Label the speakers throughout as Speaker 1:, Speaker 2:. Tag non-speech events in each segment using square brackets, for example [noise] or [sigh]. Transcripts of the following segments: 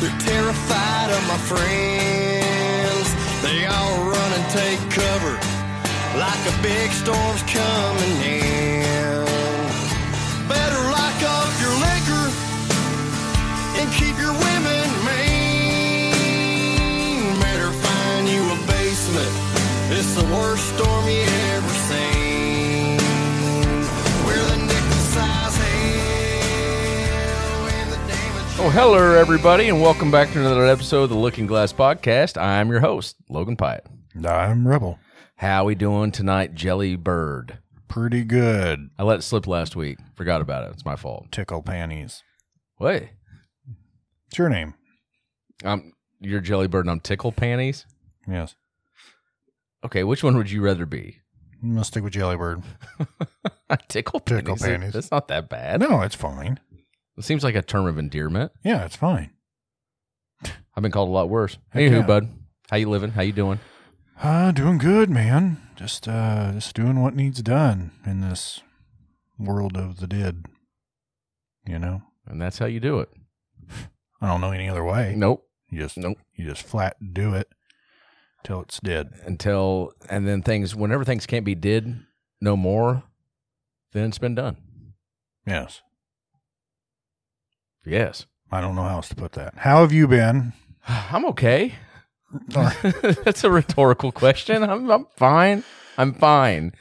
Speaker 1: They're terrified of my friends. They all run and take cover like a big storm's coming in. Better lock up your liquor and keep your women mean. Better find you a basement. It's the worst storm you ever seen. We're the nickel size hell and the damage.
Speaker 2: Oh, hello, everybody, and welcome back to another episode of the Looking Glass Podcast. I'm your host, Logan Pyatt.
Speaker 3: I'm Rebel.
Speaker 2: How we doing tonight, Jelly Bird?
Speaker 3: Pretty good.
Speaker 2: I let it slip last week. Forgot about it. It's my fault.
Speaker 3: Tickle panties.
Speaker 2: Wait,
Speaker 3: It's your name.
Speaker 2: I'm you're Jelly Bird, and I'm Tickle Panties.
Speaker 3: Yes.
Speaker 2: Okay, which one would you rather be? [laughs]
Speaker 3: I'm gonna stick with Jellybird.
Speaker 2: tickle Panties.
Speaker 3: Tickle Panties.
Speaker 2: That's not that bad.
Speaker 3: Uh, No, it's fine.
Speaker 2: It seems like a term of endearment.
Speaker 3: Yeah, it's fine.
Speaker 2: I've been called a lot worse.
Speaker 3: Heck
Speaker 2: Anywho,
Speaker 3: yeah.
Speaker 2: bud, how you living? How you doing?
Speaker 3: Uh, doing good, man. Just uh just doing what needs done in this world of the dead. You know?
Speaker 2: And that's how you do it.
Speaker 3: I don't know any other way.
Speaker 2: Nope.
Speaker 3: You just
Speaker 2: Nope.
Speaker 3: you just flat do it till it's dead.
Speaker 2: Until and then things. Whenever things can't be did no more, then it's been done.
Speaker 3: Yes.
Speaker 2: Yes. [sighs]
Speaker 3: I don't know how else to put that. How have you been?
Speaker 2: I'm okay.
Speaker 3: Or-
Speaker 2: [laughs] That's a rhetorical question. I'm I'm fine. I'm fine.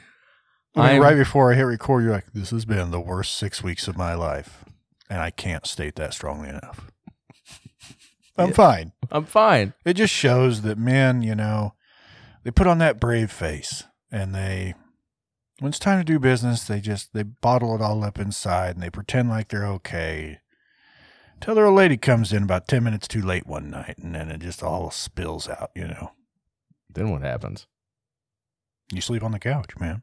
Speaker 3: I mean,
Speaker 2: I'm-
Speaker 3: right before I hit record, you're like, "This has been the worst six weeks of my life," and I can't state that strongly enough. [laughs] I'm fine.
Speaker 2: I'm fine.
Speaker 3: It just shows that men, you know, they put on that brave face, and they, when it's time to do business, they just they bottle it all up inside, and they pretend like they're okay. Till their old lady comes in about ten minutes too late one night, and then it just all spills out. You know,
Speaker 2: Then what happens?
Speaker 3: you sleep on the couch, man.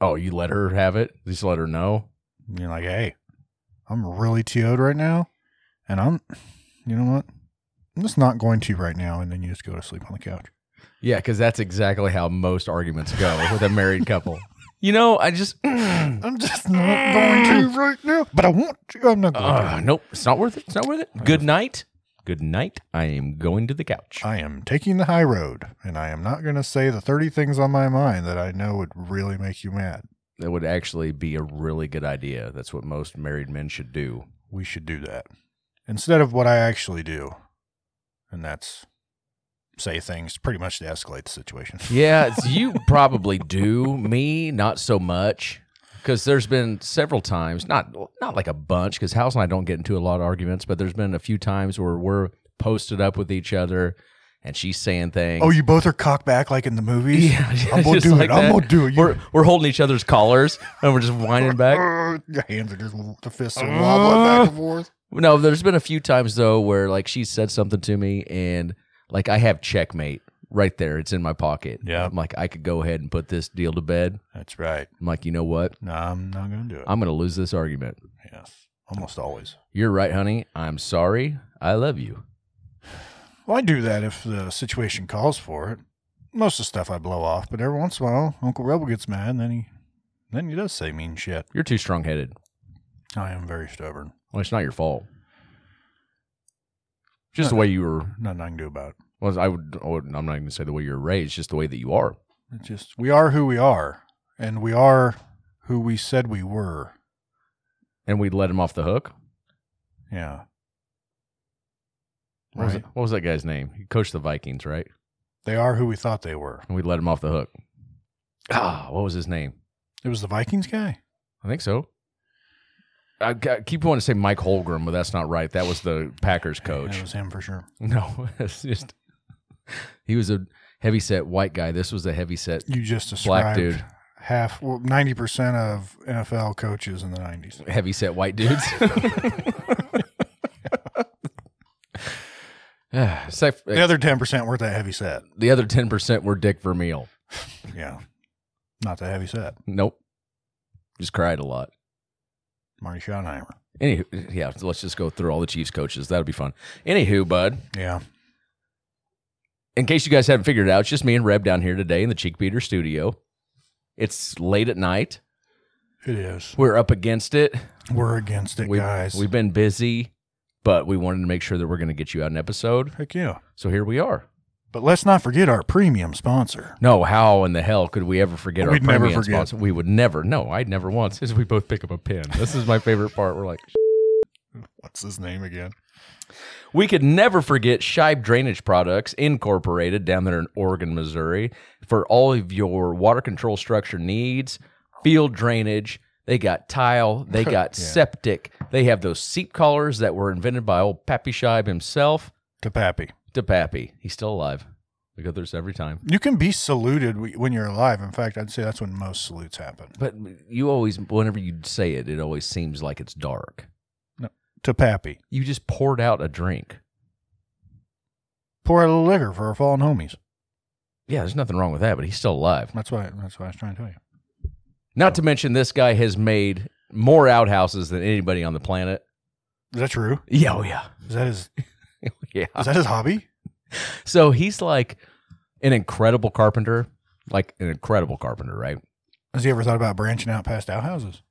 Speaker 2: Oh, you let her have it. Just let her know.
Speaker 3: And you're like, hey, I'm really TO'd right now. And I'm, you know what? I'm just not going to right now. And then you just go to sleep on the couch.
Speaker 2: Yeah, because that's exactly how most arguments go with a married couple. You know, I just [clears throat] uh,
Speaker 3: I'm just not
Speaker 2: Mm.
Speaker 3: going to right now. But I want to. I'm not going
Speaker 2: uh,
Speaker 3: to.
Speaker 2: nope. It's not worth it. It's not worth it. Good night. Good night. I am going to the couch.
Speaker 3: I am taking the high road. And I am not going to say the 30 things on my mind that I know would really make you mad.
Speaker 2: That would actually be a really good idea. That's what most married men should do.
Speaker 3: We should do that instead of what I actually do. And that's say things pretty much to escalate the situation.
Speaker 2: Yeah, it's- you probably do. Me, not so much. Because there's been several times, not not like a bunch, because House and I don't get into a lot of arguments, but there's been a few times where we're posted up with each other, and she's saying things.
Speaker 3: Oh, you both are cocked back like in the
Speaker 2: [laughs]
Speaker 3: movies?
Speaker 2: yeah,
Speaker 3: I'm going
Speaker 2: just
Speaker 3: to do
Speaker 2: like
Speaker 3: it. I'm
Speaker 2: that.
Speaker 3: going to do it. You
Speaker 2: We're we're holding each other's collars, and we're just winding back.
Speaker 3: Uh, Your hands are just the fists are wobbling back and forth.
Speaker 2: No, there's been a few times though where like she said something to me, and like I have checkmate right there. It's in my pocket.
Speaker 3: Yeah.
Speaker 2: I'm like I could go ahead and put this deal to bed.
Speaker 3: [laughs] That's right.
Speaker 2: I'm like, you know what?
Speaker 3: No, I'm not gonna do it.
Speaker 2: I'm gonna lose this argument.
Speaker 3: yes, almost always.
Speaker 2: You're right, honey. I'm sorry. I love you.
Speaker 3: Well, I do that if the situation calls for it. Most of the stuff I blow off, but every once in a while, Uncle Rebel gets mad, and then he, then he does say mean shit.
Speaker 2: You're too strong headed.
Speaker 3: I am very stubborn.
Speaker 2: Well, it's not your fault. Just the way you were.
Speaker 3: Nothing I can do about it.
Speaker 2: Well, I would. I would- I'm not even gonna say the way you were raised. Just the way that you are.
Speaker 3: It's just we are who we are, and we are who we said we were.
Speaker 2: And we let him off the hook.
Speaker 3: Yeah,
Speaker 2: What, was
Speaker 3: Right.
Speaker 2: that, what was that guy's name? He coached the Vikings, right?
Speaker 3: they are who we thought they were.
Speaker 2: And we let him off the hook. Ah, what was his name?
Speaker 3: It was the Vikings guy.
Speaker 2: I think so. I ca- keep wanting to say Mike Holgram, but that's not right. That was the Packers coach.
Speaker 3: it was him for sure.
Speaker 2: [laughs] no, it's just he was a heavyset white guy. This was a heavyset
Speaker 3: You just
Speaker 2: black
Speaker 3: described
Speaker 2: dude.
Speaker 3: half well, 90% of NFL coaches in the 90s.
Speaker 2: [sighs] heavy set white dudes. Except
Speaker 3: The other ten percent weren't that heavy set.
Speaker 2: uh, the other ten percent were Dick Vermeil.
Speaker 3: Yeah, not that heavy set.
Speaker 2: Nope, just cried a lot.
Speaker 3: Marty Schottenheimer.
Speaker 2: Anywho, yeah, let's just go through all the Chiefs coaches. That'll be fun. Anywho, bud,
Speaker 3: Yeah,
Speaker 2: in case you guys haven't figured it out, it's just me and Reb down here today in the Cheek Beater studio. It's late at night.
Speaker 3: it is.
Speaker 2: We're up against it.
Speaker 3: We're against it,
Speaker 2: We-
Speaker 3: guys.
Speaker 2: We've been busy, but we wanted to make sure that we're going to get you out an episode.
Speaker 3: Heck yeah.
Speaker 2: So here we are.
Speaker 3: But let's not forget our premium sponsor.
Speaker 2: No, how in the hell could we ever forget our
Speaker 3: We'd never
Speaker 2: premium
Speaker 3: forget.
Speaker 2: sponsor? We would never. No, I'd never once. As we both pick up a pen. This is my favorite part. We're like,
Speaker 3: What's his name again?
Speaker 2: we could never forget Shibe Drainage Products Incorporated down there in Oregon, Missouri, for all of your water control structure needs, field drainage. They got tile. [laughs] They got
Speaker 3: Yeah.
Speaker 2: septic. They have those seep collars that were invented by old Pappy Shibe himself.
Speaker 3: To Pappy.
Speaker 2: To Pappy, he's still alive. We go through this every time.
Speaker 3: You can be saluted w- when you're alive. In fact, I'd say that's when most salutes happen.
Speaker 2: But you always, whenever you say it, it always seems like it's dark.
Speaker 3: To Pappy.
Speaker 2: You just poured out a drink.
Speaker 3: Pour a little liquor for our fallen homies.
Speaker 2: Yeah, there's nothing wrong with that, but he's still alive.
Speaker 3: That's why. That's what I was trying to tell you.
Speaker 2: Not to mention, this guy has made more outhouses than anybody on the planet.
Speaker 3: Is that true?
Speaker 2: Yeah, oh yeah,
Speaker 3: Is that his?
Speaker 2: [laughs] yeah.
Speaker 3: Is that his hobby?
Speaker 2: So he's like an incredible carpenter, like an incredible carpenter, right?
Speaker 3: Has he ever thought about branching out past outhouses?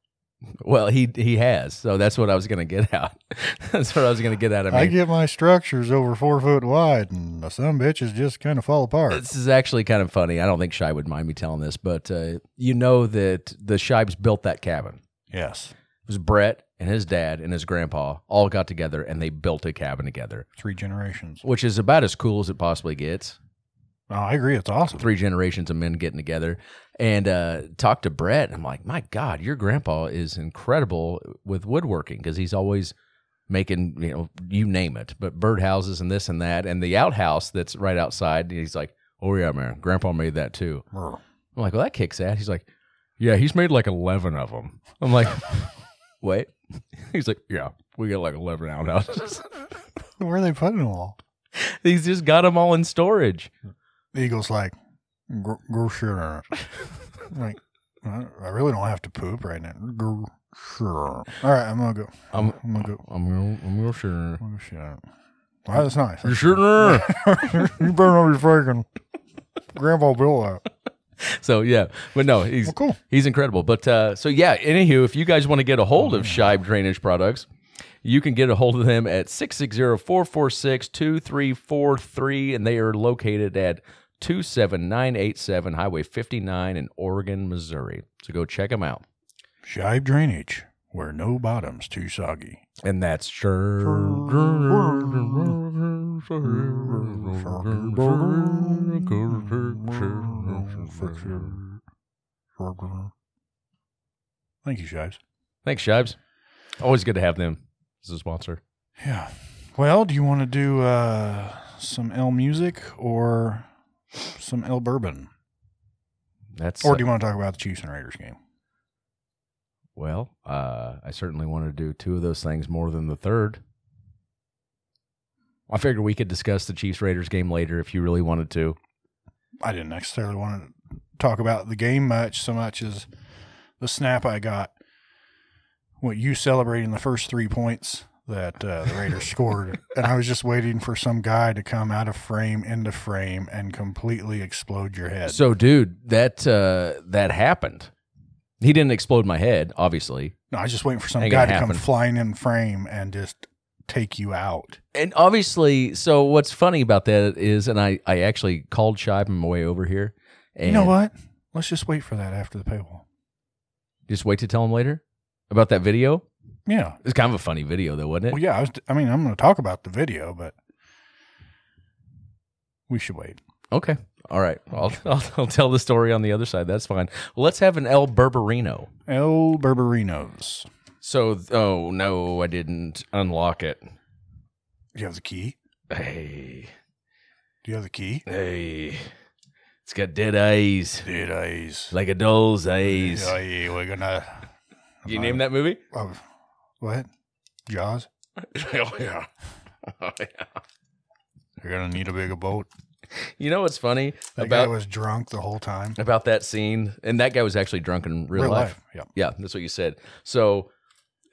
Speaker 2: Well, he he has. So that's what I was gonna get out. [laughs] that's what I was gonna get out. I mean,
Speaker 3: I get my structures over four foot wide, and some bitches just kind of fall apart.
Speaker 2: This is actually kind of funny. I don't think Shibe would mind me telling this, but uh, you know that the Shibes built that cabin.
Speaker 3: Yes,
Speaker 2: It was Brett and his dad and his grandpa all got together and they built a cabin together,
Speaker 3: three generations.
Speaker 2: which is about as cool as it possibly gets.
Speaker 3: Oh, I agree. It's awesome.
Speaker 2: Three generations of men getting together and uh, talked to Brett. I'm like, my God, your grandpa is incredible with woodworking because he's always making, you know, you name it, but birdhouses and this and that. And the outhouse that's right outside, he's like, oh, yeah, man, grandpa made that too.
Speaker 3: Brr.
Speaker 2: I'm like, well, that kicks ass. He's like, yeah, he's made like 11 of them. I'm [laughs] like, wait. [laughs] He's like, yeah, we got like 11 [laughs] outhouses.
Speaker 3: Where are they putting them all?
Speaker 2: he's just got them all in storage.
Speaker 3: The Eagle's like, "Gr- gr- sure. on it." I'm [laughs] like, I I really don't have to poop right now. Gr- sure. All right, I'm gonna go.
Speaker 2: I'm,
Speaker 3: I'm gonna go.
Speaker 2: I'm, gonna- I'm your shooter.
Speaker 3: I'm gonna go shit on it. Wow, that's nice.
Speaker 2: [laughs] You're shooting her.
Speaker 3: you better not be freaking Grandpa Bill out.
Speaker 2: so yeah, but no, he's
Speaker 3: Well, cool.
Speaker 2: he's incredible. But uh, so yeah, anywho, if you guys want to get a hold of Shibe Drainage Products, you can get a hold of them at 660-446-2343 and they are located at 27987 Highway 59 in Oregon, Missouri. So go check them out.
Speaker 3: Shive drainage, where no bottom's too soggy.
Speaker 2: And that's sure.
Speaker 3: Thank you, Shives.
Speaker 2: Thanks, Shibes. Always good to have them as a sponsor.
Speaker 3: Yeah. Well, do you want to do uh, some L music or some L bourbon?
Speaker 2: That's
Speaker 3: Or do you want to talk about the Chiefs and Raiders game?
Speaker 2: Well, uh, I certainly want to do two of those things more than the third. I figured we could discuss the Chiefs Raiders game later if you really wanted to.
Speaker 3: I didn't necessarily want to talk about the game much so much as the snap I got. What you celebrating the first three points that uh, the Raiders
Speaker 2: [laughs]
Speaker 3: scored, and I was just waiting for some guy to come out of frame into frame and completely explode your head.
Speaker 2: So, dude, that uh, that happened. He didn't explode my head, obviously,
Speaker 3: no, I was just waiting for some
Speaker 2: Ain't
Speaker 3: guy
Speaker 2: gonna
Speaker 3: to come
Speaker 2: happen.
Speaker 3: flying in frame and just take you out.
Speaker 2: and obviously. So, what's funny about that is, and I I actually called Shive on my way over here. And
Speaker 3: you know what? Let's just wait for that after the paywall.
Speaker 2: Just wait to tell him later about that video.
Speaker 3: Yeah.
Speaker 2: It's kind of a funny video, though, wasn't it?
Speaker 3: Well, Oh, yeah. I, was, I mean, I'm going to talk about the video, but we should wait.
Speaker 2: Okay. All right. I'll, [laughs] I'll, I'll tell the story on the other side. That's fine. Well, let's have an El Berberino.
Speaker 3: El Berberinos.
Speaker 2: So, th- oh no, I didn't unlock it.
Speaker 3: Do you have the key?
Speaker 2: Hey,
Speaker 3: Do you have the key?
Speaker 2: hey, it's got dead eyes,
Speaker 3: Did eyes.
Speaker 2: like a doll's eyes.
Speaker 3: Aye, we're gonna.
Speaker 2: You name that
Speaker 3: [laughs]
Speaker 2: movie?
Speaker 3: Oh, what? Jaws? [laughs]
Speaker 2: oh yeah. Oh, yeah.
Speaker 3: You're gonna need a bigger boat.
Speaker 2: You know what's funny
Speaker 3: That guy
Speaker 2: about
Speaker 3: was drunk the whole time.
Speaker 2: about that scene? And that guy was actually drunk in real, life.
Speaker 3: Yeah.
Speaker 2: Yeah, that's what you said. So,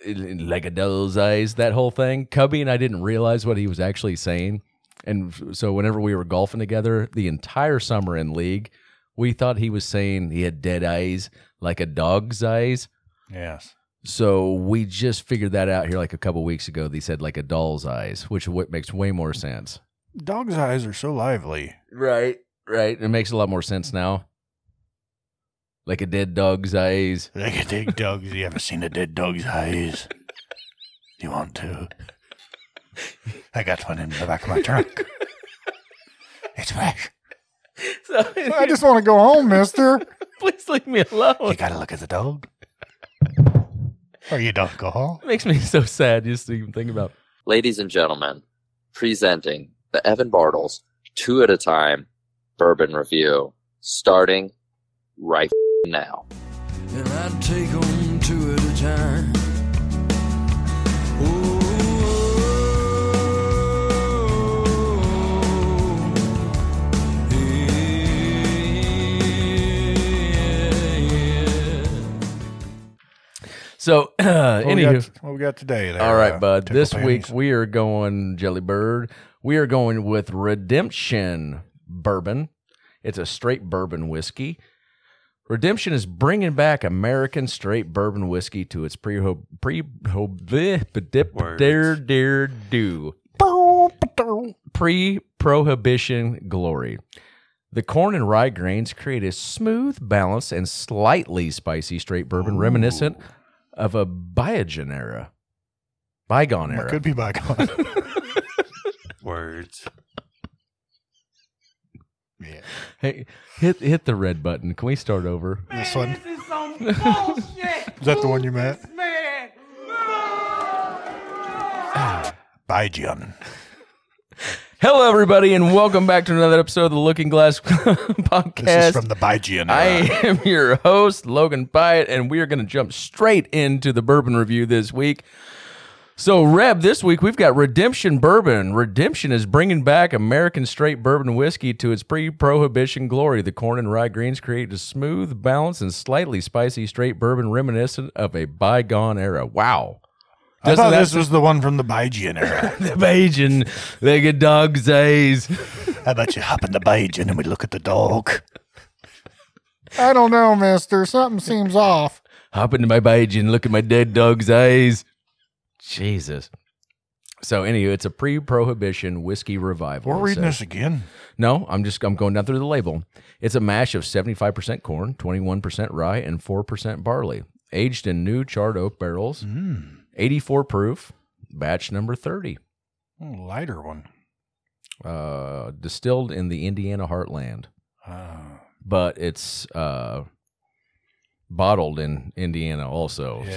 Speaker 2: like a doll's eyes, that whole thing. Cubby and I didn't realize what he was actually saying. And f- so, whenever we were golfing together the entire summer in league, we thought he was saying he had dead eyes, like a dog's eyes.
Speaker 3: Yes.
Speaker 2: So, we just figured that out here like a couple weeks ago. They said like a doll's eyes, which what makes way more sense.
Speaker 3: Dog's eyes are so lively.
Speaker 2: Right, right. It makes a lot more sense now. Like a dead dog's eyes.
Speaker 3: Like a dead dog's. You ever seen a dead dog's eyes? You want to? I got one in the back of
Speaker 2: [laughs]
Speaker 3: my trunk. It's fresh.
Speaker 2: [laughs] So,
Speaker 3: I just want to go home, mister.
Speaker 2: [laughs] please leave me alone.
Speaker 3: You gotta look at the dog. Are you dog alcohol?
Speaker 2: It makes me so sad just to even think about.
Speaker 4: Ladies and gentlemen, presenting the Evan Bartles two at a time bourbon review, starting right f- now.
Speaker 1: and I'd take 'em two at a time. Ooh, yeah, yeah.
Speaker 2: So, uh,
Speaker 3: What we got-
Speaker 2: anywho,
Speaker 3: what we got today? There,
Speaker 2: all right,
Speaker 3: uh,
Speaker 2: bud.
Speaker 3: tickle
Speaker 2: This week
Speaker 3: panties?
Speaker 2: we are going Jellybird. We are going with Redemption Bourbon. It's a straight bourbon whiskey. Redemption is bringing back American straight bourbon whiskey to its pre pre
Speaker 3: Words.
Speaker 2: dare dare do. pre prohibition glory. The corn and rye grains create a smooth, balanced, and slightly spicy straight bourbon reminiscent of a Biogen era. Bygone
Speaker 3: Well,
Speaker 2: era.
Speaker 3: could
Speaker 2: [laughs]
Speaker 3: be bygone. [laughs] Words. Yeah.
Speaker 2: Hey, hit hit the red button. Can we start over?
Speaker 3: This one.
Speaker 5: This is some bullshit.
Speaker 3: [laughs] Is that the one you met?
Speaker 5: This man.
Speaker 3: Ah, Bygone.
Speaker 2: Hello, everybody, and welcome back to another episode of the Looking Glass [laughs]
Speaker 3: This
Speaker 2: podcast.
Speaker 3: is from the Bygone.
Speaker 2: I [laughs]
Speaker 3: era.
Speaker 2: am your host, Logan Pyatt, and we are going to jump straight into the bourbon review this week. So, Reb, this week we've got Redemption Bourbon. Redemption is bringing back American straight bourbon whiskey to its pre prohibition glory. The corn and rye grains create a smooth, balanced, and slightly spicy straight bourbon reminiscent of a bygone era. Wow. [laughs]
Speaker 3: I
Speaker 2: doesn't
Speaker 3: thought
Speaker 2: that-
Speaker 3: this was the one from the Bygone
Speaker 2: [laughs]
Speaker 3: era.
Speaker 2: The Bajan, they get dog's eyes.
Speaker 3: How about you hop in the Bygone and we look at the dog? I don't know, mister. Something seems off.
Speaker 2: hop into my badge and look at my dead dog's eyes. Jesus. So anyway, it's a pre-prohibition whiskey revival.
Speaker 3: We're
Speaker 2: it
Speaker 3: reading
Speaker 2: says.
Speaker 3: this again.
Speaker 2: No, I'm just I'm going down through the label. It's a mash of 75% corn, 21% rye, and 4% barley. Aged in new charred oak barrels,
Speaker 3: Mm,
Speaker 2: 84 proof, batch number 30.
Speaker 3: mm, lighter one.
Speaker 2: Uh, distilled in the Indiana heartland,
Speaker 3: Ah.
Speaker 2: but it's uh, bottled in Indiana also.
Speaker 3: It's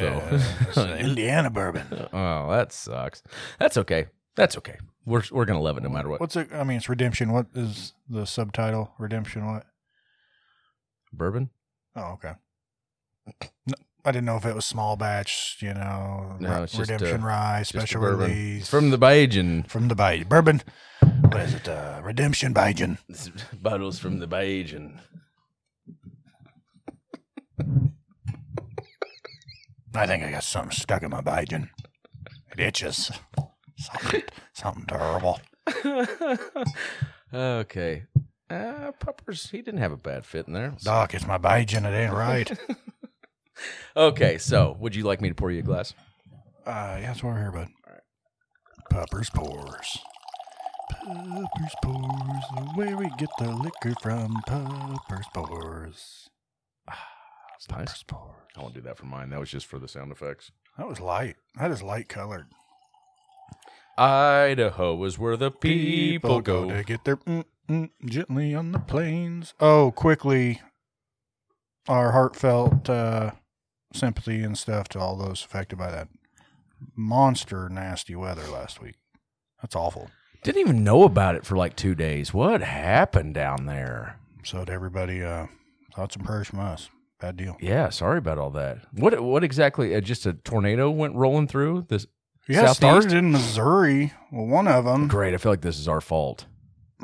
Speaker 2: So [laughs]
Speaker 3: an Indiana bourbon.
Speaker 2: Oh, that sucks. That's okay. That's okay. We're we're gonna love it no matter what.
Speaker 3: What's it? I mean, it's Redemption. What is the subtitle? Redemption. What?
Speaker 2: Bourbon?
Speaker 3: Oh, okay. No, I didn't know if it was small batch. You know,
Speaker 2: No,
Speaker 3: re-
Speaker 2: it's just,
Speaker 3: Redemption
Speaker 2: uh,
Speaker 3: rye
Speaker 2: Just
Speaker 3: special
Speaker 2: the bourbon.
Speaker 3: release
Speaker 2: It's from the Bajan.
Speaker 3: from the Bay bourbon. What is it? Uh, Redemption Bajan.
Speaker 2: This [laughs] bottles from the Bajan.
Speaker 3: I think I got something stuck in my Bajan. It itches. Something, something terrible.
Speaker 2: [laughs] okay. Uh, Puppers, he didn't have a bad fit in there.
Speaker 3: Doc, it's my Bajan. It ain't right.
Speaker 2: Okay, so would you like me to pour you a glass?
Speaker 3: Uh, yeah, that's what we're here, bud. Puppers Pours. Puppers Pours, where we get the liquor from. Puppers Pours.
Speaker 2: That's nice.
Speaker 3: Puppers Pours.
Speaker 2: I won't do that for mine. That was just for the sound effects.
Speaker 3: That was light. That is light colored.
Speaker 2: Idaho is where the people, go.
Speaker 3: to get their mm, mm, gently on the plains. Oh, quickly, our heartfelt uh, sympathy and stuff to all those affected by that monster nasty weather last week. That's awful.
Speaker 2: Didn't even know about it for like two days. What happened down there?
Speaker 3: So to everybody, uh, thoughts and prayers from us. Bad deal.
Speaker 2: Yeah, sorry about all that. What what exactly? Uh, just a tornado went rolling through this.
Speaker 3: Yeah, it
Speaker 2: Southeast?
Speaker 3: started in Missouri. Well, one of them.
Speaker 2: Great. I feel like this is our fault.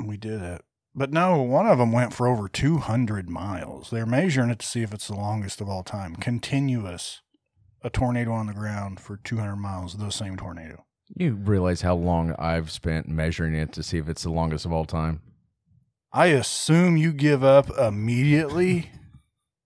Speaker 3: We did it. But no, one of them went for over 200 miles. They're measuring it to see if it's the longest of all time. Continuous. A tornado on the ground for 200 miles, the same tornado.
Speaker 2: You realize how long I've spent measuring it to see if it's the longest of all time?
Speaker 3: I assume you give up immediately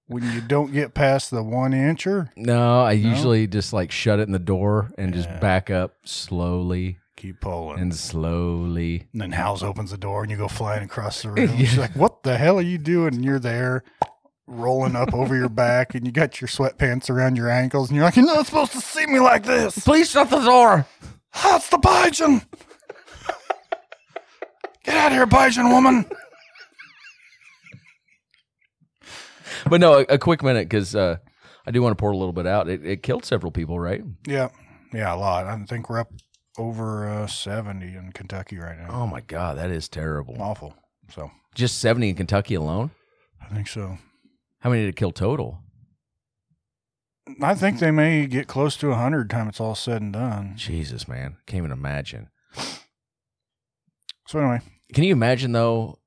Speaker 3: when you don't get past the one incher.
Speaker 2: No, I
Speaker 3: No?
Speaker 2: usually just like shut it in the door and
Speaker 3: Yeah.
Speaker 2: just back up slowly
Speaker 3: Keep pulling. And,
Speaker 2: and slowly.
Speaker 3: then House opens the door and you go flying across the room. She's like, What the hell are you doing? And you're there rolling up over your back and you got your sweatpants around your ankles and you're like, You're not supposed to see me like this.
Speaker 2: Please shut the door.
Speaker 3: That's the Bajan. Get out of here, Bajan woman.
Speaker 2: But no, a, a quick minute because uh, I do want to pour a little bit out. It, it killed several people, right?
Speaker 3: Yeah, yeah, a lot. I think we're up over uh, seventy in Kentucky right now.
Speaker 2: Oh my God, that is terrible.
Speaker 3: Awful. So
Speaker 2: Just 70 in Kentucky alone?
Speaker 3: I think so.
Speaker 2: How many did it kill total?
Speaker 3: I think they may get close to hundred time it's all said and done.
Speaker 2: Jesus, man. Can't even imagine.
Speaker 3: So anyway,
Speaker 2: Can you imagine though?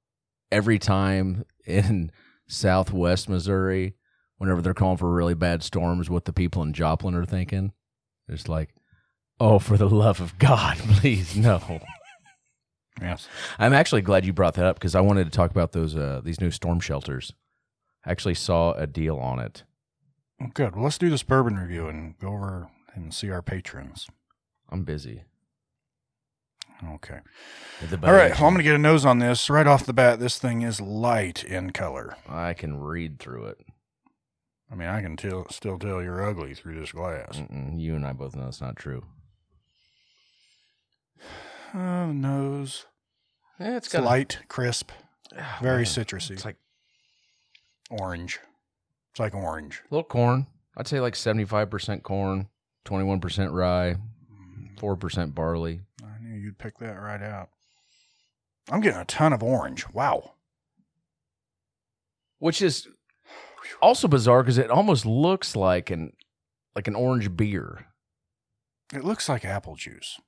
Speaker 2: Every time in [laughs] Southwest Missouri, whenever they're calling for really bad storms, what the people in Joplin are thinking? It's like, oh, for the love of God, [laughs] please no.
Speaker 3: yes,
Speaker 2: I'm actually glad you brought that up because I wanted to talk about those uh, these new storm shelters. I actually saw a deal on it.
Speaker 3: Well, good. Well, let's do this bourbon review and go over and see our patrons.
Speaker 2: I'm busy.
Speaker 3: Okay.
Speaker 2: At the
Speaker 3: All right.
Speaker 2: budget.
Speaker 3: Well, I'm gonna get a nose on this right off the bat. This thing is light in color.
Speaker 2: I can read through it.
Speaker 3: I mean, I can tell, still tell you're ugly through this glass.
Speaker 2: Mm-mm, you and I both know it's not true. Mm.
Speaker 3: Oh, nose.
Speaker 2: Eh,
Speaker 3: It's light, crisp,
Speaker 2: [sighs]
Speaker 3: very citrusy.
Speaker 2: It's like
Speaker 3: orange. It's like orange.
Speaker 2: A little corn. I'd say like 75% corn, 21% rye, 4% barley.
Speaker 3: I knew you'd pick that right out. I'm getting a ton of orange. Wow.
Speaker 2: Which is also bizarre because it almost looks like an like an orange beer
Speaker 3: It looks like apple juice,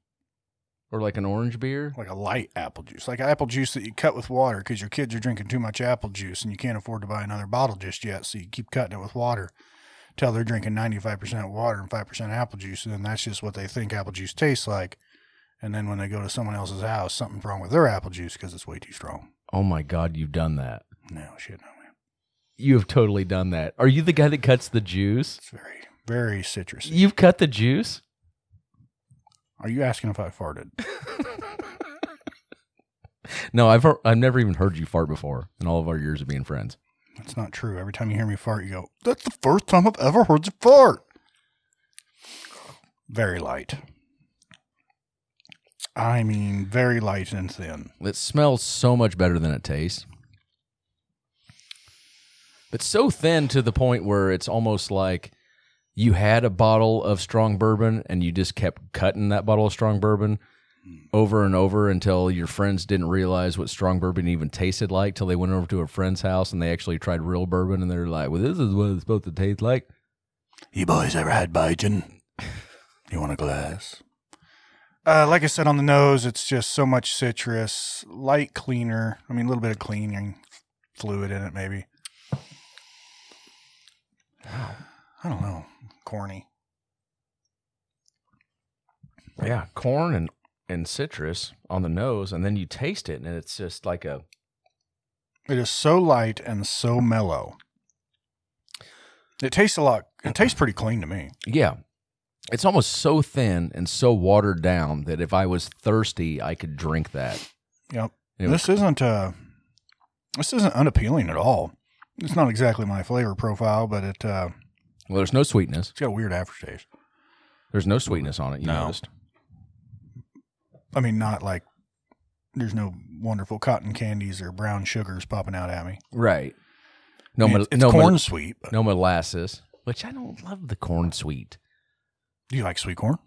Speaker 2: or like an orange beer.
Speaker 3: like a light apple juice, like apple juice that you cut with water because your kids are drinking too much apple juice and you can't afford to buy another bottle just yet. So you keep cutting it with water till they're drinking 95% water and 5% apple juice. And then that's just what they think apple juice tastes like. And then when they go to someone else's house, something's wrong with their apple juice because it's way too strong.
Speaker 2: Oh my god, you've done that.
Speaker 3: No, shit, no, man.
Speaker 2: You have totally done that. Are you the guy that cuts the juice?
Speaker 3: It's very, very citrusy.
Speaker 2: You've cut the juice?
Speaker 3: Are you asking if I farted?
Speaker 2: No, I've heard, I've never even heard you fart before in all of our years of being friends.
Speaker 3: That's not true. Every time you hear me fart, you go, That's the first time I've ever heard you fart. Very light. I mean, very light and thin.
Speaker 2: It smells so much better than it tastes. But so thin to the point where it's almost like you had a bottle of strong bourbon and you just kept cutting that bottle of strong bourbon over and over until your friends didn't realize what strong bourbon even tasted like till they went over to a friend's house and they actually tried real bourbon and they're like, "Well, this is what it's supposed to taste like."
Speaker 3: You boys ever had Bajan? You want a glass? Uh, like I said on the nose, it's just so much citrus, light cleaner. I mean, a little bit of cleaning fluid in it, maybe. I don't know. Corny.
Speaker 2: Yeah, corn and and citrus on the nose and then you taste it and it's just like a
Speaker 3: It is so light and so mellow. It tastes a lot. It tastes pretty clean to me.
Speaker 2: Yeah. It's almost so thin and so watered down that if I was thirsty, I could drink that.
Speaker 3: Yep.
Speaker 2: It was-
Speaker 3: This isn't uh this isn't unappealing at all. It's not exactly my flavor profile, but it uh
Speaker 2: Well, there's no sweetness.
Speaker 3: it's got a weird aftertaste.
Speaker 2: There's no sweetness on it. You
Speaker 3: No.
Speaker 2: noticed?
Speaker 3: I mean, not like there's no wonderful cotton candies or brown sugars popping out at me.
Speaker 2: Right.
Speaker 3: I
Speaker 2: No,
Speaker 3: mean,
Speaker 2: mol-
Speaker 3: it's, it's
Speaker 2: no, mol-
Speaker 3: corn sweet. But
Speaker 2: no molasses, which I don't love the corn sweet.
Speaker 3: do you like sweet corn?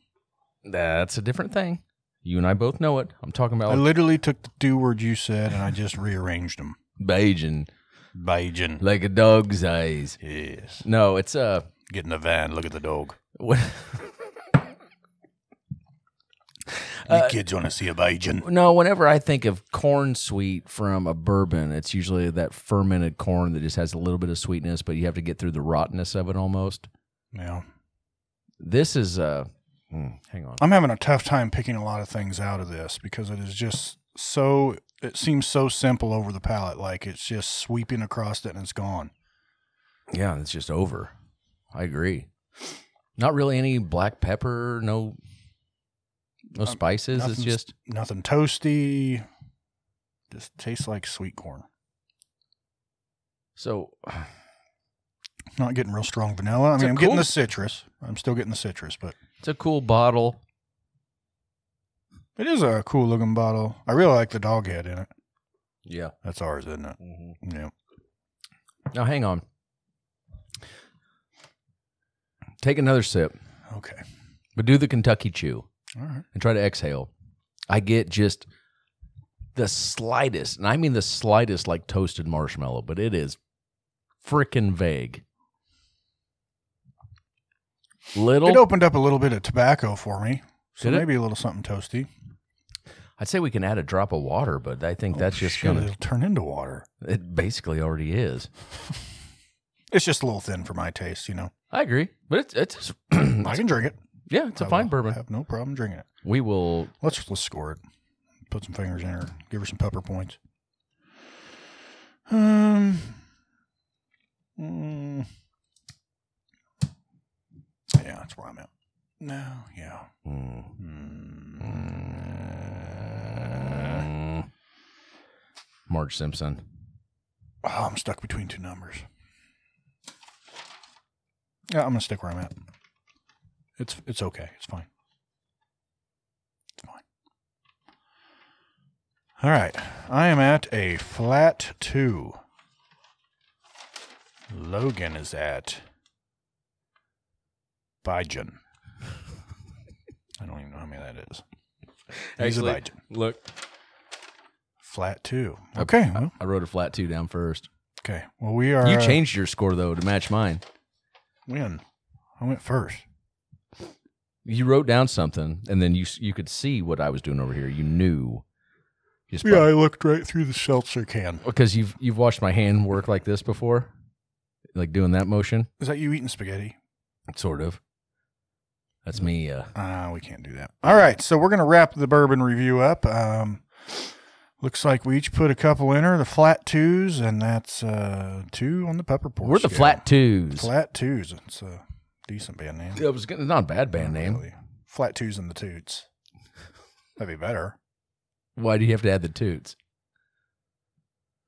Speaker 2: That's a different thing. You and I both know it. I'm talking
Speaker 3: I
Speaker 2: about
Speaker 3: literally took the two words you said and I just rearranged them.
Speaker 2: Bajan,
Speaker 3: Bajan.
Speaker 2: like a dog's eyes.
Speaker 3: Yes.
Speaker 2: No, it's uh, [laughs]
Speaker 3: Get in the van. Look at the dog.
Speaker 2: what- Uh,
Speaker 3: kids want to see a Bajan.
Speaker 2: No, whenever I think of corn sweet from a bourbon, it's usually that fermented corn that just has a little bit of sweetness, but you have to get through the rottenness of it almost.
Speaker 3: Yeah.
Speaker 2: This is uh mm, hang on.
Speaker 3: I'm having a tough time picking a lot of things out of this because it is just so it seems so simple over the palate, like it's just sweeping across it and it's gone.
Speaker 2: Yeah, it's just over. I agree. Not really any black pepper, no no
Speaker 3: Um,
Speaker 2: spices. It's
Speaker 3: nothing's-
Speaker 2: just
Speaker 3: Nothing toasty. Just tastes like sweet corn.
Speaker 2: so [sighs]
Speaker 3: Not getting real strong vanilla. I
Speaker 2: It's
Speaker 3: mean,
Speaker 2: a
Speaker 3: I'm getting
Speaker 2: cool-
Speaker 3: the citrus. I'm still getting the citrus, but
Speaker 2: it's a cool bottle.
Speaker 3: it is a cool looking bottle. I really like the dog head in it.
Speaker 2: Yeah.
Speaker 3: That's ours, isn't it?
Speaker 2: hmm
Speaker 3: Yeah.
Speaker 2: Now hang on. Take another sip,
Speaker 3: Okay.
Speaker 2: but do the Kentucky chew.
Speaker 3: All right.
Speaker 2: and try to exhale, I get just the slightest, and I mean the slightest, like toasted marshmallow, but it is freaking vague.
Speaker 3: It
Speaker 2: Little,
Speaker 3: opened up a little bit of tobacco for me. So
Speaker 2: Did it?
Speaker 3: maybe a little something toasty.
Speaker 2: I'd say we can add a drop of water, but I
Speaker 3: Oh,
Speaker 2: think that's just
Speaker 3: Shit,
Speaker 2: gonna.
Speaker 3: it'll turn into water.
Speaker 2: It basically already is.
Speaker 3: It's just a little thin for my taste, you know.
Speaker 2: I agree, but it's [clears throat] it's
Speaker 3: I can drink it.
Speaker 2: yeah, it's a
Speaker 3: I
Speaker 2: fine
Speaker 3: will
Speaker 2: bourbon.
Speaker 3: have no problem drinking it.
Speaker 2: We will.
Speaker 3: Let's let's score it. Put some fingers in her. Give her some pepper points. Um. mm. yeah, that's where I'm at. No, yeah. Hmm.
Speaker 2: Mm. Hmm. Marge Simpson.
Speaker 3: Oh, I'm stuck between two numbers. Yeah, I'm gonna stick where I'm at. It's it's okay. It's fine. It's fine. All right, I am at a flat two. Logan is at Bajan. I don't even know how many that is. He's a Bajan.
Speaker 2: look,
Speaker 3: Flat two. Okay. Well,
Speaker 2: I wrote a flat two down first.
Speaker 3: okay. Well, we are.
Speaker 2: You
Speaker 3: uh,
Speaker 2: changed your score though to match mine.
Speaker 3: When? I went first.
Speaker 2: You wrote down something, and then you s- you could see what I was doing over here. You knew, just
Speaker 3: Yeah, I looked right through the seltzer can.
Speaker 2: because you've you've watched my hand work like this before, like doing that motion,
Speaker 3: Is that you eating spaghetti?
Speaker 2: sort of. That's me. Uh,
Speaker 3: Ah, we can't do that. All right, so we're gonna wrap the bourbon review up. Um, looks like we each put a couple in her, the flat twos, and that's uh, two on the pepper porch.
Speaker 2: we're the flat twos.
Speaker 3: Flat twos. It's a decent band name.
Speaker 2: It was good- not a bad band name.
Speaker 3: Really. Flat twos and the toots. That'd be better.
Speaker 2: Why do you have to add the toots?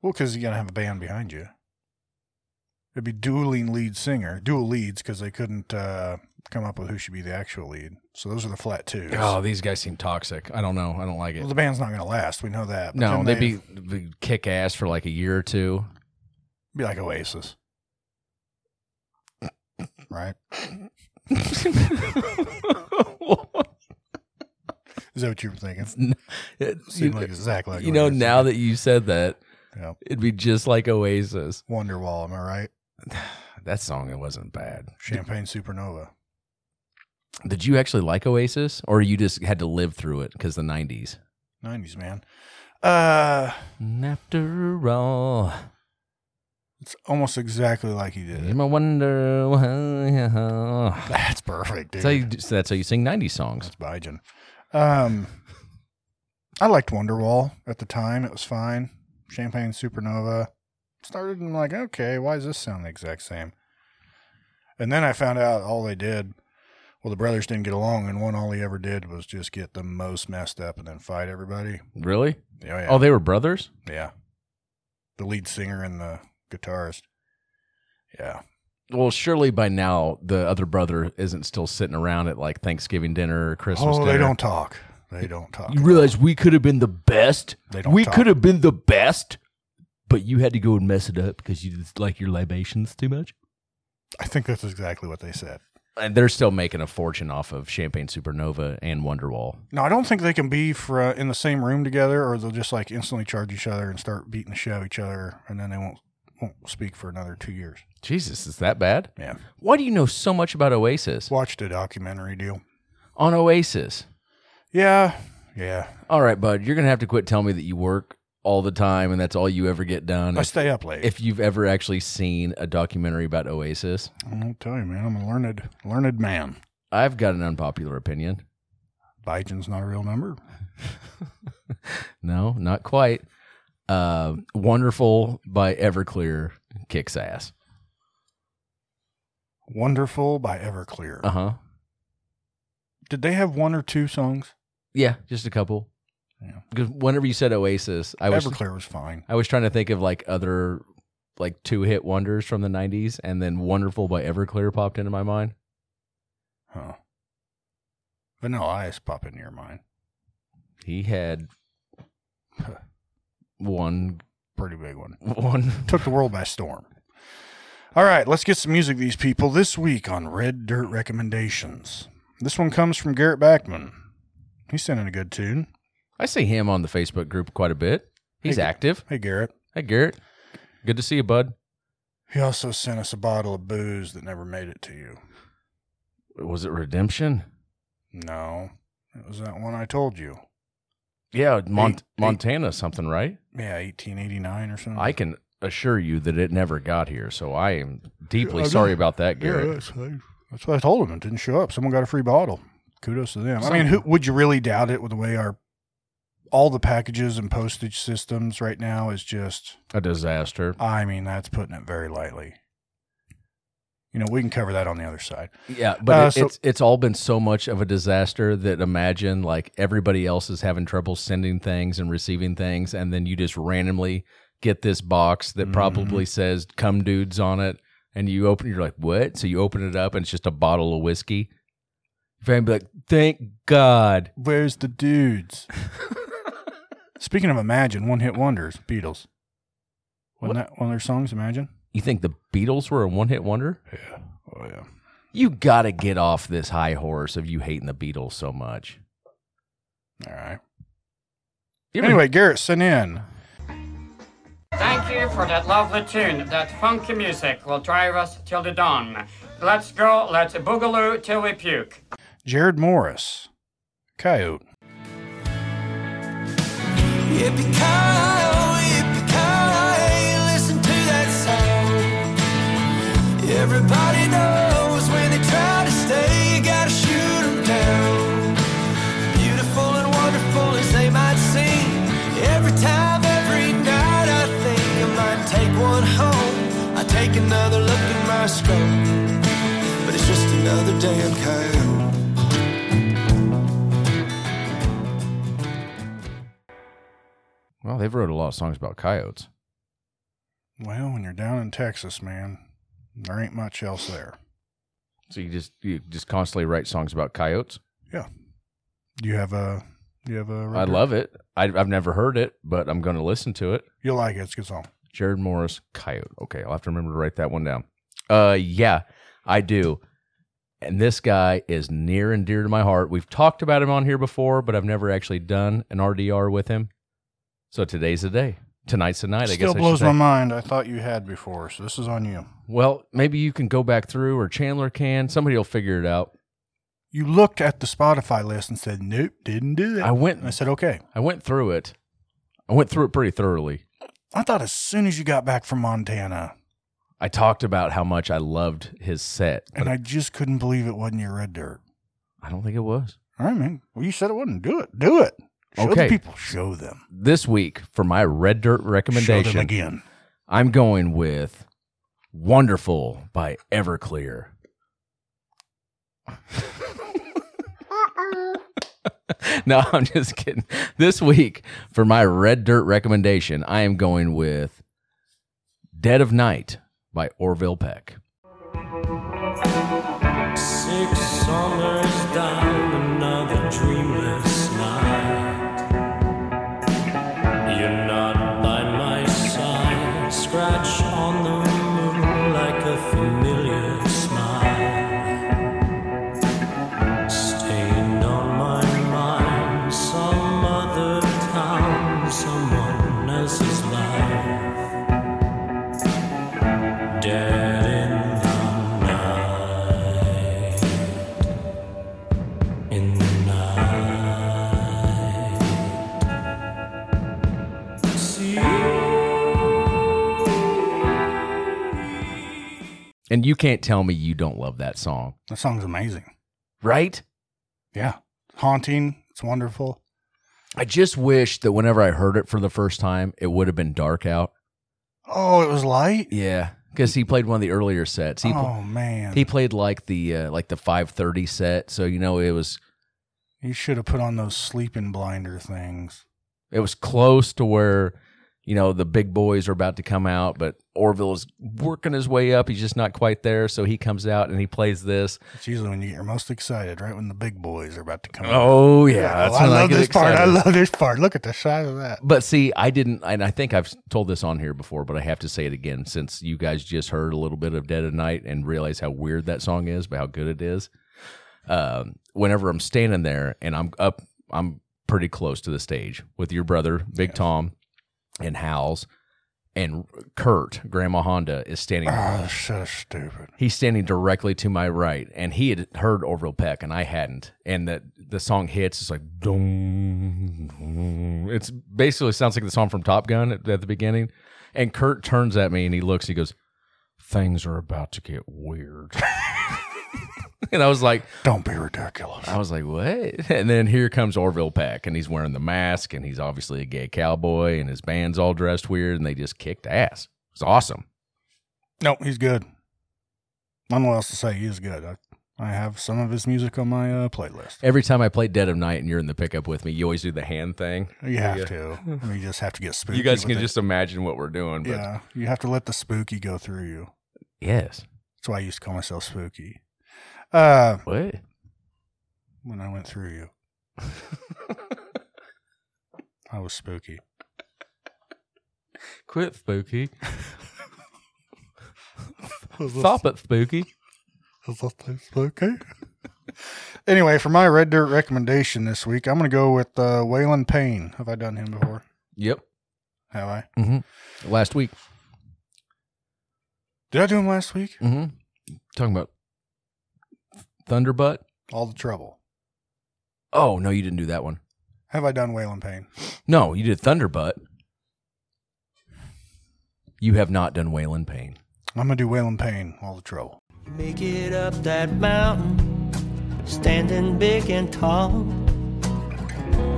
Speaker 3: Well, because you're gonna have a band behind you. It'd be dueling lead singer, dual leads, because they couldn't uh, come up with who should be the actual lead. So those are the flat twos.
Speaker 2: Oh, these guys seem toxic. I don't know. I don't like
Speaker 3: Well,
Speaker 2: it.
Speaker 3: the band's not going to last. We know that. But
Speaker 2: No, they'd
Speaker 3: then
Speaker 2: be, be kick ass for like a year or
Speaker 3: [laughs]
Speaker 2: two. [laughs]
Speaker 3: be like Oasis, right? Is that what you were thinking? Seemed like exactly like
Speaker 2: you know,
Speaker 3: Oasis.
Speaker 2: now that you said that,
Speaker 3: Yeah.
Speaker 2: it'd be just like Oasis.
Speaker 3: Wonderwall. Am I right?
Speaker 2: That song, it wasn't bad.
Speaker 3: Champagne Supernova.
Speaker 2: Did you actually like Oasis, or you just had to live through it because the '90s?
Speaker 3: Nineties man. Uh,
Speaker 2: And after all,
Speaker 3: it's almost exactly like he did. it.
Speaker 2: I'm a wonder. why-
Speaker 3: That's perfect, dude.
Speaker 2: That's how you. do- so that's how you sing '90s songs.
Speaker 3: That's Biden. Um, I liked Wonderwall at the time. It was fine. Champagne Supernova started and I'm like, okay, why does this sound the exact same? And then I found out all they did. Well, the brothers didn't get along, and one all he ever did was just get the most messed up and then fight everybody.
Speaker 2: Really?
Speaker 3: Oh, yeah.
Speaker 2: Oh, they were brothers.
Speaker 3: yeah. The lead singer and the guitarist. Yeah.
Speaker 2: Well, surely by now the other brother isn't still sitting around at like Thanksgiving dinner or Christmas
Speaker 3: oh,
Speaker 2: dinner.
Speaker 3: they don't talk. They don't talk.
Speaker 2: You realize we could have been the best.
Speaker 3: They don't
Speaker 2: We
Speaker 3: talk.
Speaker 2: could have been the best, but you had to go and mess it up because you just like your libations too much.
Speaker 3: I think that's exactly what they said.
Speaker 2: And they're still making a fortune off of Champagne Supernova and Wonderwall.
Speaker 3: No, I don't think they can be for, uh, in the same room together, or they'll just like instantly charge each other and start beating the shit out of each other, and then they won't won't speak for another two years.
Speaker 2: Jesus, is that bad?
Speaker 3: Yeah,
Speaker 2: Why do you know so much about Oasis?
Speaker 3: watched a documentary deal.
Speaker 2: On Oasis,
Speaker 3: Yeah, Yeah.
Speaker 2: All right, bud, you're gonna have to quit telling me that you work all the time and that's all you ever get done.
Speaker 3: I stay up late.
Speaker 2: if you've ever actually seen a documentary about Oasis,
Speaker 3: I'll tell you, man, I'm a learned learned man.
Speaker 2: I've got an unpopular opinion. [laughs]
Speaker 3: Biden's not a real number.
Speaker 2: No, not quite. Uh, Wonderful by Everclear kicks ass.
Speaker 3: Wonderful by Everclear.
Speaker 2: Uh huh.
Speaker 3: Did they have one or two songs?
Speaker 2: Yeah, just a couple.
Speaker 3: Yeah.
Speaker 2: Because whenever you said Oasis, I was
Speaker 3: Everclear was fine.
Speaker 2: I was trying to think of like other like two hit wonders from the '90s, and then Wonderful by Everclear popped into my mind.
Speaker 3: Huh. Vanilla Ice pop into your mind.
Speaker 2: He had [sighs] one
Speaker 3: Pretty big one.
Speaker 2: one.
Speaker 3: Took the world by storm. All right, let's get some music to these people this week on Red Dirt Recommendations. This one comes from Garrett Backman. He sent in a good tune.
Speaker 2: I see him on the Facebook group quite a bit. He's
Speaker 3: Hey, Ga-
Speaker 2: active.
Speaker 3: Hey, Garrett.
Speaker 2: Hey Garrett, good to see you, bud.
Speaker 3: He also sent us a bottle of booze that never made it to you.
Speaker 2: Was it Redemption?
Speaker 3: No, it was that one I told you.
Speaker 2: Yeah, Mon-
Speaker 3: Eight-
Speaker 2: Montana something, right?
Speaker 3: Yeah, 1889 or something.
Speaker 2: I can assure you that it never got here, so I am deeply
Speaker 3: I know.
Speaker 2: sorry about that,
Speaker 3: Yeah,
Speaker 2: Garrett.
Speaker 3: that's, that's what I told him. It didn't show up. Someone got a free bottle. Kudos to them. I mean, who, would you really doubt it with the way our all the packages and postage systems right now is just?
Speaker 2: A disaster.
Speaker 3: I mean, that's putting it very lightly. You know, we can cover that on the other side.
Speaker 2: Yeah, but
Speaker 3: Uh,
Speaker 2: it,
Speaker 3: so-
Speaker 2: it's it's all been so much of a disaster that imagine like everybody else is having trouble sending things and receiving things, and then you just randomly get this box that
Speaker 3: Mm-hmm.
Speaker 2: probably says "Come Dudes" on it, and you open, you're like, "What?" So you open it up, and it's just a bottle of whiskey. You're be like, "Thank God."
Speaker 3: Where's the dudes? Speaking of Imagine, one hit wonders, Beatles. Wasn't that one of their songs, Imagine?
Speaker 2: You think the Beatles were a one-hit wonder?
Speaker 3: Oh, yeah.
Speaker 2: You gotta get off this high horse of you hating the Beatles so much.
Speaker 3: All right.
Speaker 2: You ever-
Speaker 3: Anyway, Garrett sent in.
Speaker 6: Thank you for that lovely tune. That funky music will drive us till the dawn. Let's go, let's boogaloo till we puke.
Speaker 3: Jared Morris, Coyote.
Speaker 1: Yippee-ki-yay, yippee-ki-yay, listen to that sound. Everybody knows when they try to stay, you gotta shoot 'em down. Beautiful and wonderful as they might seem, every time, every night, I think I might take one home. I take another look at my scope, but it's just another damn coyote.
Speaker 2: well, they've wrote a lot of songs about coyotes.
Speaker 3: Well, when you're down in Texas, man, there ain't much else there.
Speaker 2: So you just you just constantly write songs about coyotes.
Speaker 3: Do you have a? Do you have a?
Speaker 2: I love it. I, I've never heard it, but I'm going to listen to it.
Speaker 3: You'll like it. It's a good song.
Speaker 2: Jared Morris, coyote. Okay, I'll have to remember to write that one down. Uh, yeah, I do. And this guy is near and dear to my heart. We've talked about him on here before, but I've never actually done an RDR with him. So today's the day. Tonight's the night. I guess
Speaker 3: Still
Speaker 2: I should
Speaker 3: blows
Speaker 2: say.
Speaker 3: my mind. I thought you had before, so this is on you.
Speaker 2: Well, maybe you can go back through, or Chandler can. Somebody will figure it out.
Speaker 3: You looked at the Spotify list and said, "Nope, didn't do that."
Speaker 2: I went.
Speaker 3: And I said, "Okay."
Speaker 2: I went through it. I went through it pretty thoroughly.
Speaker 3: I thought as soon as you got back from Montana,
Speaker 2: I talked about how much I loved his set.
Speaker 3: and I just couldn't believe it wasn't your red dirt.
Speaker 2: I don't think it was.
Speaker 3: All right, man. Well, you said it wasn't. Do it. Do it. Show
Speaker 2: Okay.
Speaker 3: the people. Show them.
Speaker 2: This week, for my Red Dirt
Speaker 3: Show them
Speaker 2: recommendation,
Speaker 3: again.
Speaker 2: I'm going with Wonderful by Everclear. [laughs] no, I'm just kidding. This week, for my Red Dirt recommendation, I am going with Dead of Night by Orville Peck.
Speaker 7: Six summers down another dreamless night. You're not by my side. Scratch on the moon like a familiar smile. Stained on my mind, some other town, someone else's life. Dead in the night.
Speaker 2: And you can't tell me you don't love that song,
Speaker 3: That song's amazing.
Speaker 2: right?
Speaker 3: Yeah. Haunting. It's wonderful.
Speaker 2: I just wish that whenever I heard it for the first time, it would have been dark out.
Speaker 8: Oh, it was light.
Speaker 2: Yeah, because he played one of the earlier sets. He pl-
Speaker 3: oh man.
Speaker 2: he played like the uh, like the five thirty set, so you know it was
Speaker 3: you should have put on those sleeping blinder things.
Speaker 2: it was close to where you know the big boys are about to come out, but Orville is working his way up. He's just not quite there, so he comes out and he plays this.
Speaker 3: It's usually when you get your most excited, right when the big boys are about to come. out.
Speaker 2: Oh yeah,
Speaker 3: Oh, I love this part. I love this part. Look at the size of that.
Speaker 2: But see, I didn't, and I think I've told this on here before, but I have to say it again since you guys just heard a little bit of Dead of Night and realize how weird that song is, but how good it is. Um, whenever I'm standing there and I'm up, I'm pretty close to the stage with your brother, Big Tom, and Howls, and Kurt, Grandma Honda, is standing.
Speaker 3: Oh, so stupid.
Speaker 2: He's standing directly to my right, and he had heard Orville Peck, and I hadn't. And the the song hits, it's like dum, dum. It's basically sounds like the song from Top Gun at, at the beginning. And Kurt turns at me and he looks, he goes, "Things are about to get weird." [laughs] and I was like,
Speaker 3: Don't be ridiculous.
Speaker 2: I was like, what? [laughs] And then here comes Orville Peck, and he's wearing the mask, and he's obviously a gay cowboy, and his band's all dressed weird, and they just kicked ass. It's awesome.
Speaker 3: No, he's good. I don't know what else to say. He is good. I, I have some of his music on my uh, playlist.
Speaker 2: Every time I play Dead of Night and you're in the pickup with me, you always do the hand thing.
Speaker 3: You have
Speaker 2: Yeah. [laughs]
Speaker 3: to. We just have to get spooky.
Speaker 2: You guys
Speaker 3: with
Speaker 2: can
Speaker 3: it.
Speaker 2: just imagine what we're doing. But
Speaker 3: yeah. You have to let the spooky go through you.
Speaker 2: Yes.
Speaker 3: That's why I used to call myself spooky. Uh,
Speaker 2: What?
Speaker 3: when I went through you, I was spooky.
Speaker 2: Quit spooky. Stop it, spooky.
Speaker 3: Is that place spooky? anyway, for my red dirt recommendation this week, I'm going to go with uh, Waylon Payne. Have I done him before?
Speaker 2: Yep. Mm-hmm.
Speaker 3: Have I?
Speaker 2: Last week.
Speaker 3: Did I do him last week?
Speaker 2: Mm-hmm. Talking about Thunderbutt.
Speaker 3: All the trouble.
Speaker 2: Oh no, you didn't do that one.
Speaker 3: Have I done Waylon Payne?
Speaker 2: No, you did Thunderbutt. You have not done Waylon Payne.
Speaker 3: I'm gonna do Waylon Payne, all the trouble.
Speaker 9: You make it up that mountain, standing big and tall.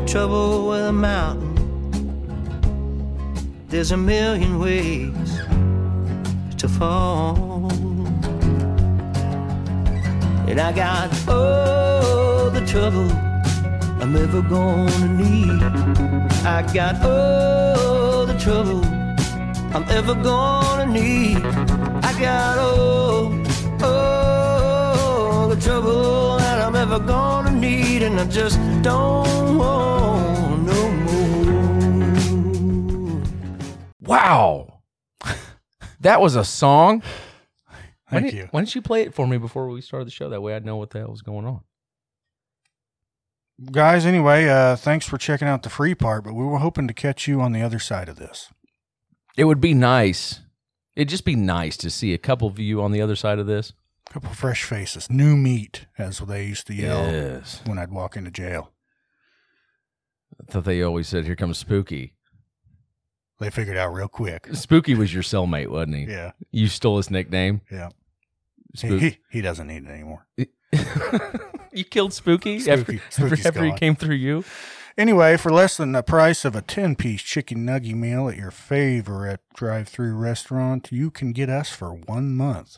Speaker 9: Trouble with a mountain. There's a million ways to fall. And I got all the trouble I'm ever gonna need. I got all the trouble I'm ever gonna need. I got all, all the trouble that I'm ever gonna need, and I just don't want no more.
Speaker 2: Wow. [laughs] that was a song. why
Speaker 3: Thank
Speaker 2: didn't,
Speaker 3: you.
Speaker 2: Why didn't you play it for me before we started the show? That way I'd know what the hell was going on.
Speaker 3: Guys, anyway, uh, thanks for checking out the free part, but we were hoping to catch you on the other side of this.
Speaker 2: It would be nice. It'd just be nice to see a couple of you on the other side of this.
Speaker 3: A couple fresh faces, new meat, as they used to yell when I'd walk into jail.
Speaker 2: I thought they always said, Here comes Spooky.
Speaker 3: They figured out real quick.
Speaker 2: Spooky was your cellmate, wasn't he?
Speaker 3: Yeah,
Speaker 2: You stole his nickname.
Speaker 3: yeah. He,
Speaker 2: Spook- [laughs]
Speaker 3: he, he doesn't need it anymore.
Speaker 2: you killed Spooky, after,
Speaker 3: Spooky- Spooky's
Speaker 2: after he
Speaker 3: gone.
Speaker 2: came through you?
Speaker 3: Anyway, for less than the price of a 10 piece chicken nugget meal at your favorite drive through restaurant, you can get us for one month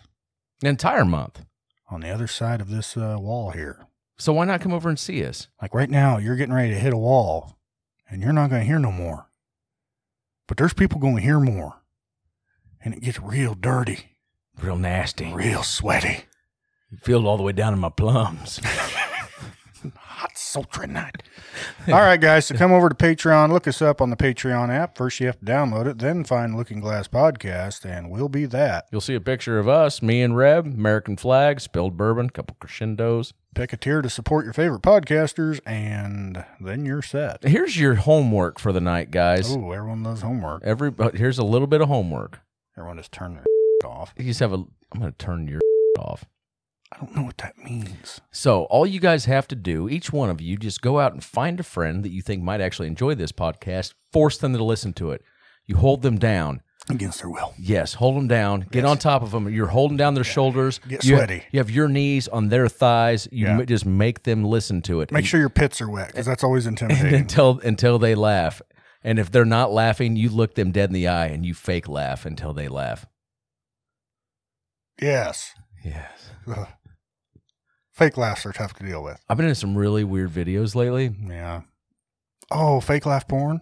Speaker 2: An entire month.
Speaker 3: on the other side of this uh, wall here.
Speaker 2: So why not come over and see us?
Speaker 3: Like right now, you're getting ready to hit a wall and you're not going to hear no more. But there's people going to hear more. And it gets real dirty,
Speaker 2: Real nasty.
Speaker 3: real sweaty. [laughs]
Speaker 2: Filled all the way down in my plums.
Speaker 3: Hot sultry night. All right, guys. So come over to Patreon. Look us up on the Patreon app. First, you have to download it, then find Looking Glass Podcast, and we'll be that.
Speaker 2: [laughs] You'll see a picture of us, me and Reb, American flag, spilled bourbon, couple crescendos.
Speaker 3: Pick a tier to support your favorite podcasters, and then you're set.
Speaker 2: Here's your homework for the night, guys.
Speaker 3: Oh, everyone does homework.
Speaker 2: Every here's a little bit of homework.
Speaker 3: Everyone just turned their [laughs] off.
Speaker 2: You just have a. I'm gonna turn your [laughs] off.
Speaker 3: I don't know what that means.
Speaker 2: So all you guys have to do, each one of you, just go out and find a friend that you think might actually enjoy this podcast. Force them to listen to it. You hold them down.
Speaker 10: against their will.
Speaker 2: Yes, hold them down. Get on top of them. You're holding down their shoulders.
Speaker 10: Get
Speaker 2: You-
Speaker 10: sweaty.
Speaker 2: you have your knees on their thighs. You
Speaker 10: Yeah.
Speaker 2: m- just make them listen to it.
Speaker 10: Make
Speaker 2: And-
Speaker 10: sure your pits are wet because that's always
Speaker 3: [laughs]
Speaker 10: intimidating.
Speaker 2: [laughs] until until they laugh. And if they're not laughing, you look them dead in the eye and you fake laugh until they laugh.
Speaker 10: yes.
Speaker 2: Yes.
Speaker 10: Ugh. Fake laughs are tough to deal with.
Speaker 2: I've been in some really weird videos lately.
Speaker 10: Yeah. Oh, fake laugh porn?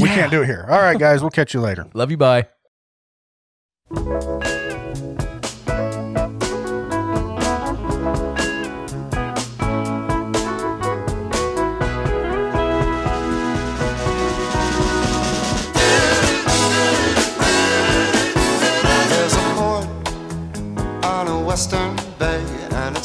Speaker 10: We can't do it here. All right, guys. We'll catch you later.
Speaker 2: Love you. Bye.
Speaker 9: There's a port on a western bay, and it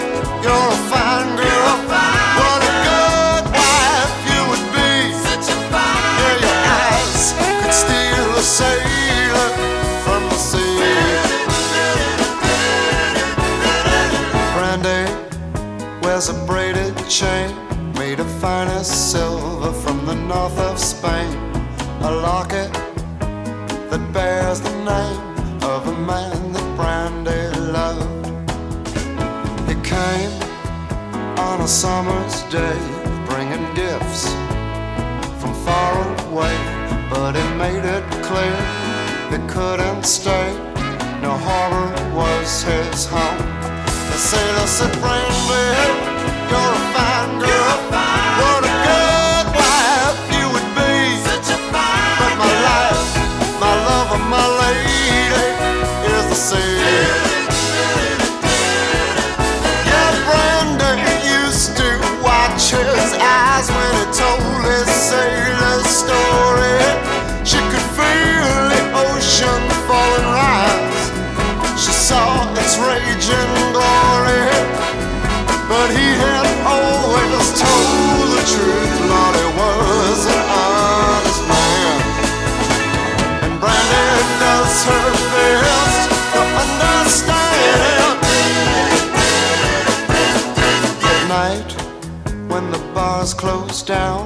Speaker 9: you're a fine girl. what a good wife you would be. Such a fine yeah, your eyes could steal a sailor from the sea. Brandy wears a braided chain made of finest silver from the north of Spain. A locket that bears the name of a man that Brandy loved. He came on a summer's day, bringing gifts from far away, but he made it clear he couldn't stay. No harbor was his home. The sailor said, Brandy, you're a fine girl. what a good wife you would be. but my life my love of my lady is the same. Yeah, Brandon used to watch his eyes when he told his sailor story. She could feel the ocean falling rise. She saw its raging glory. But he had always told the truth, Lord, he was an honest man. And Brandy does her best to understand it. At night, when the bars close down,